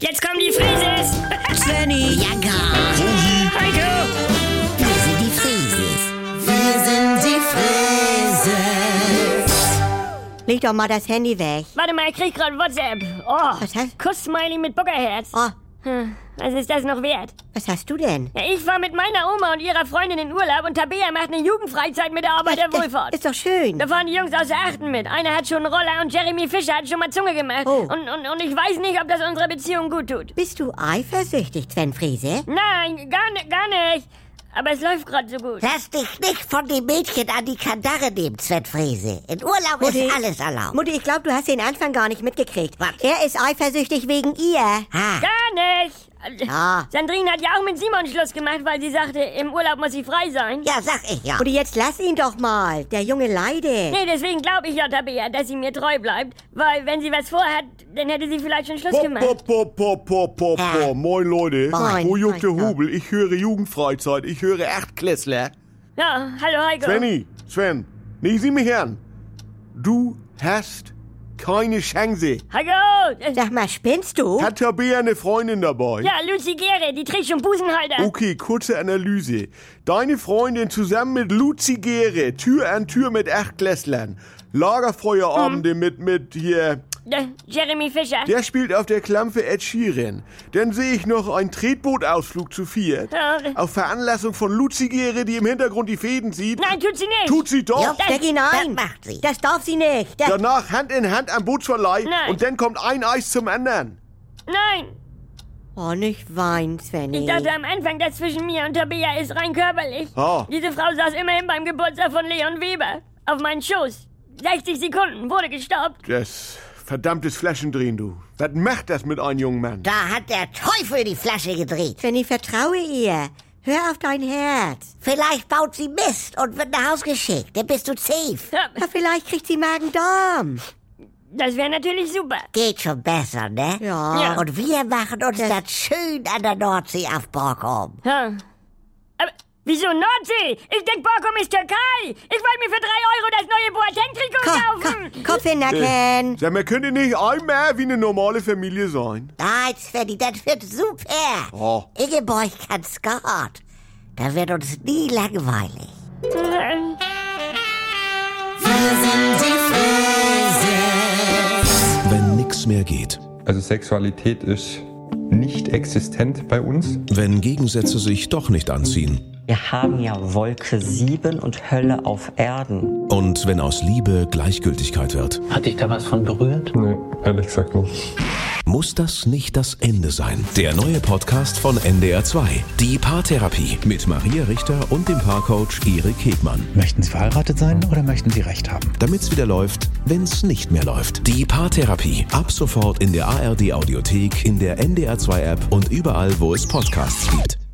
Jetzt kommen die Frises! Svenny, Ja, gar. Heiko! Wir sind die Frieses. Wir sind die Frieses. leg doch mal das Handy weg. Warte mal, ich krieg grad WhatsApp. Oh, Was hast- Kuss-Smiley mit Buckerherz. Oh, Hm, Was ist das noch wert? was hast du denn? Ja, ich war mit meiner Oma und ihrer Freundin in Urlaub und Tabea macht eine Jugendfreizeit mit der Arbeit der Das- Wohlfahrt. Ist doch schön. Da fahren die Jungs außer Achten mit. Einer hat schon einen Roller und Jeremy Fischer hat schon mal Zunge gemacht. Oh. Und, und, und ich weiß nicht, ob das unserer Beziehung gut tut. Bist du eifersüchtig, Sven Friese? Nein, gar, ni- gar nicht. Aber es läuft gerade so gut. Lass dich nicht von dem Mädchen an die Kandare nehmen, Sven Friese. In Urlaub ist alles erlaubt. Mutti, ich glaube, du hast den Anfang gar nicht mitgekriegt. Was? Er ist eifersüchtig wegen ihr. ha. Gar nicht. Ja. Sandrine hat ja auch mit Simon Schluss gemacht, weil sie sagte, im Urlaub muss sie frei sein. ja, sag ich ja. Mutti, jetzt lass ihn doch mal. Der Junge leidet. Nee, deswegen glaube ich ja Tabea, dass sie mir treu bleibt, weil wenn sie was vorhat, dann hätte sie vielleicht schon Schluss gemacht. Pop, pop, pop, pop, pop, Ja. pop. Moin Leute. Ah. Moin. Wo juckt der Moin, ja. Hubel? Ich höre Jugendfreizeit, ich höre Achtklässler. Ja, hallo Heiko. Svenny, Sven, nee, sieh mich an. Du hast keine Chance. Heiko! äh, Sag mal, spinnst du? Hat Tabea eine Freundin dabei? Ja, Lucy Gere, die trägt schon Busenhalter. Okay, kurze Analyse. Deine Freundin zusammen mit Luzi Gere, Tür an Tür mit Achtklässlern. Lagerfeuerabende Mhm. mit, mit hier. Äh, Jeremy Fischer. Der spielt auf der Klampfe Ed Sheeran. Dann sehe ich noch einen Tretbootausflug zu viert. Ja. Auf Veranlassung von Luzigere, die im Hintergrund die Fäden sieht. Nein, tut sie nicht. Tut sie doch. Ja. Steck ihn ein. Das macht sie. Das darf sie nicht. Das, Danach Hand in Hand am Bootsverleih. Nein. Und dann kommt ein Eis zum anderen. Nein, oh, nicht weinen, Svenny. ich dachte am Anfang, das zwischen mir und Tabea ist rein körperlich. Ah. Diese Frau saß immerhin beim Geburtstag von Leon Weber auf meinen Schoß. 60 Sekunden, wurde gestoppt. Das verdammtes Flaschendrehen, du. Was macht das mit einem jungen Mann? Da hat der Teufel die Flasche gedreht. Svenny, vertraue ihr. Hör auf dein Herz. Vielleicht baut sie Mist und wird nach Haus geschickt. Dann bist du safe. Ja, Ja, vielleicht kriegt sie Magen-Darm. Das wäre natürlich super. Geht schon besser, ne? Ja. Ja. Und wir machen uns das, schön an der Nordsee auf Borkum. Ja. Aber wieso Nordsee? Ich denk, Borkum ist Türkei. Ich wollte mir für 3 Euro das neue Boateng-Trikot Komm, kaufen. komm, Kopf in den Nacken. Sag mal, könnt ihr nicht einmal wie eine normale Familie sein? Nein, Svenny, das wird super. Oh. Ingeborg kann Skat. Da wird uns nie langweilig. Wenn nix mehr geht. Also Sexualität ist nicht existent bei uns. Wenn Gegensätze sich doch nicht anziehen. Wir haben ja Wolke 7 und Hölle auf Erden. Und wenn aus Liebe Gleichgültigkeit wird. Hat dich da was von berührt? Nee, ehrlich gesagt nicht. Muss das nicht das Ende sein? Der neue Podcast von NDR2. Die Paartherapie. Mit Maria Richter und dem Paarcoach Erik Hegmann. Möchten Sie verheiratet sein oder möchten Sie Recht haben? Damit's wieder läuft, wenn's nicht mehr läuft. Die Paartherapie. Ab sofort in der ARD Audiothek, in der NDR2 App und überall, wo es Podcasts gibt.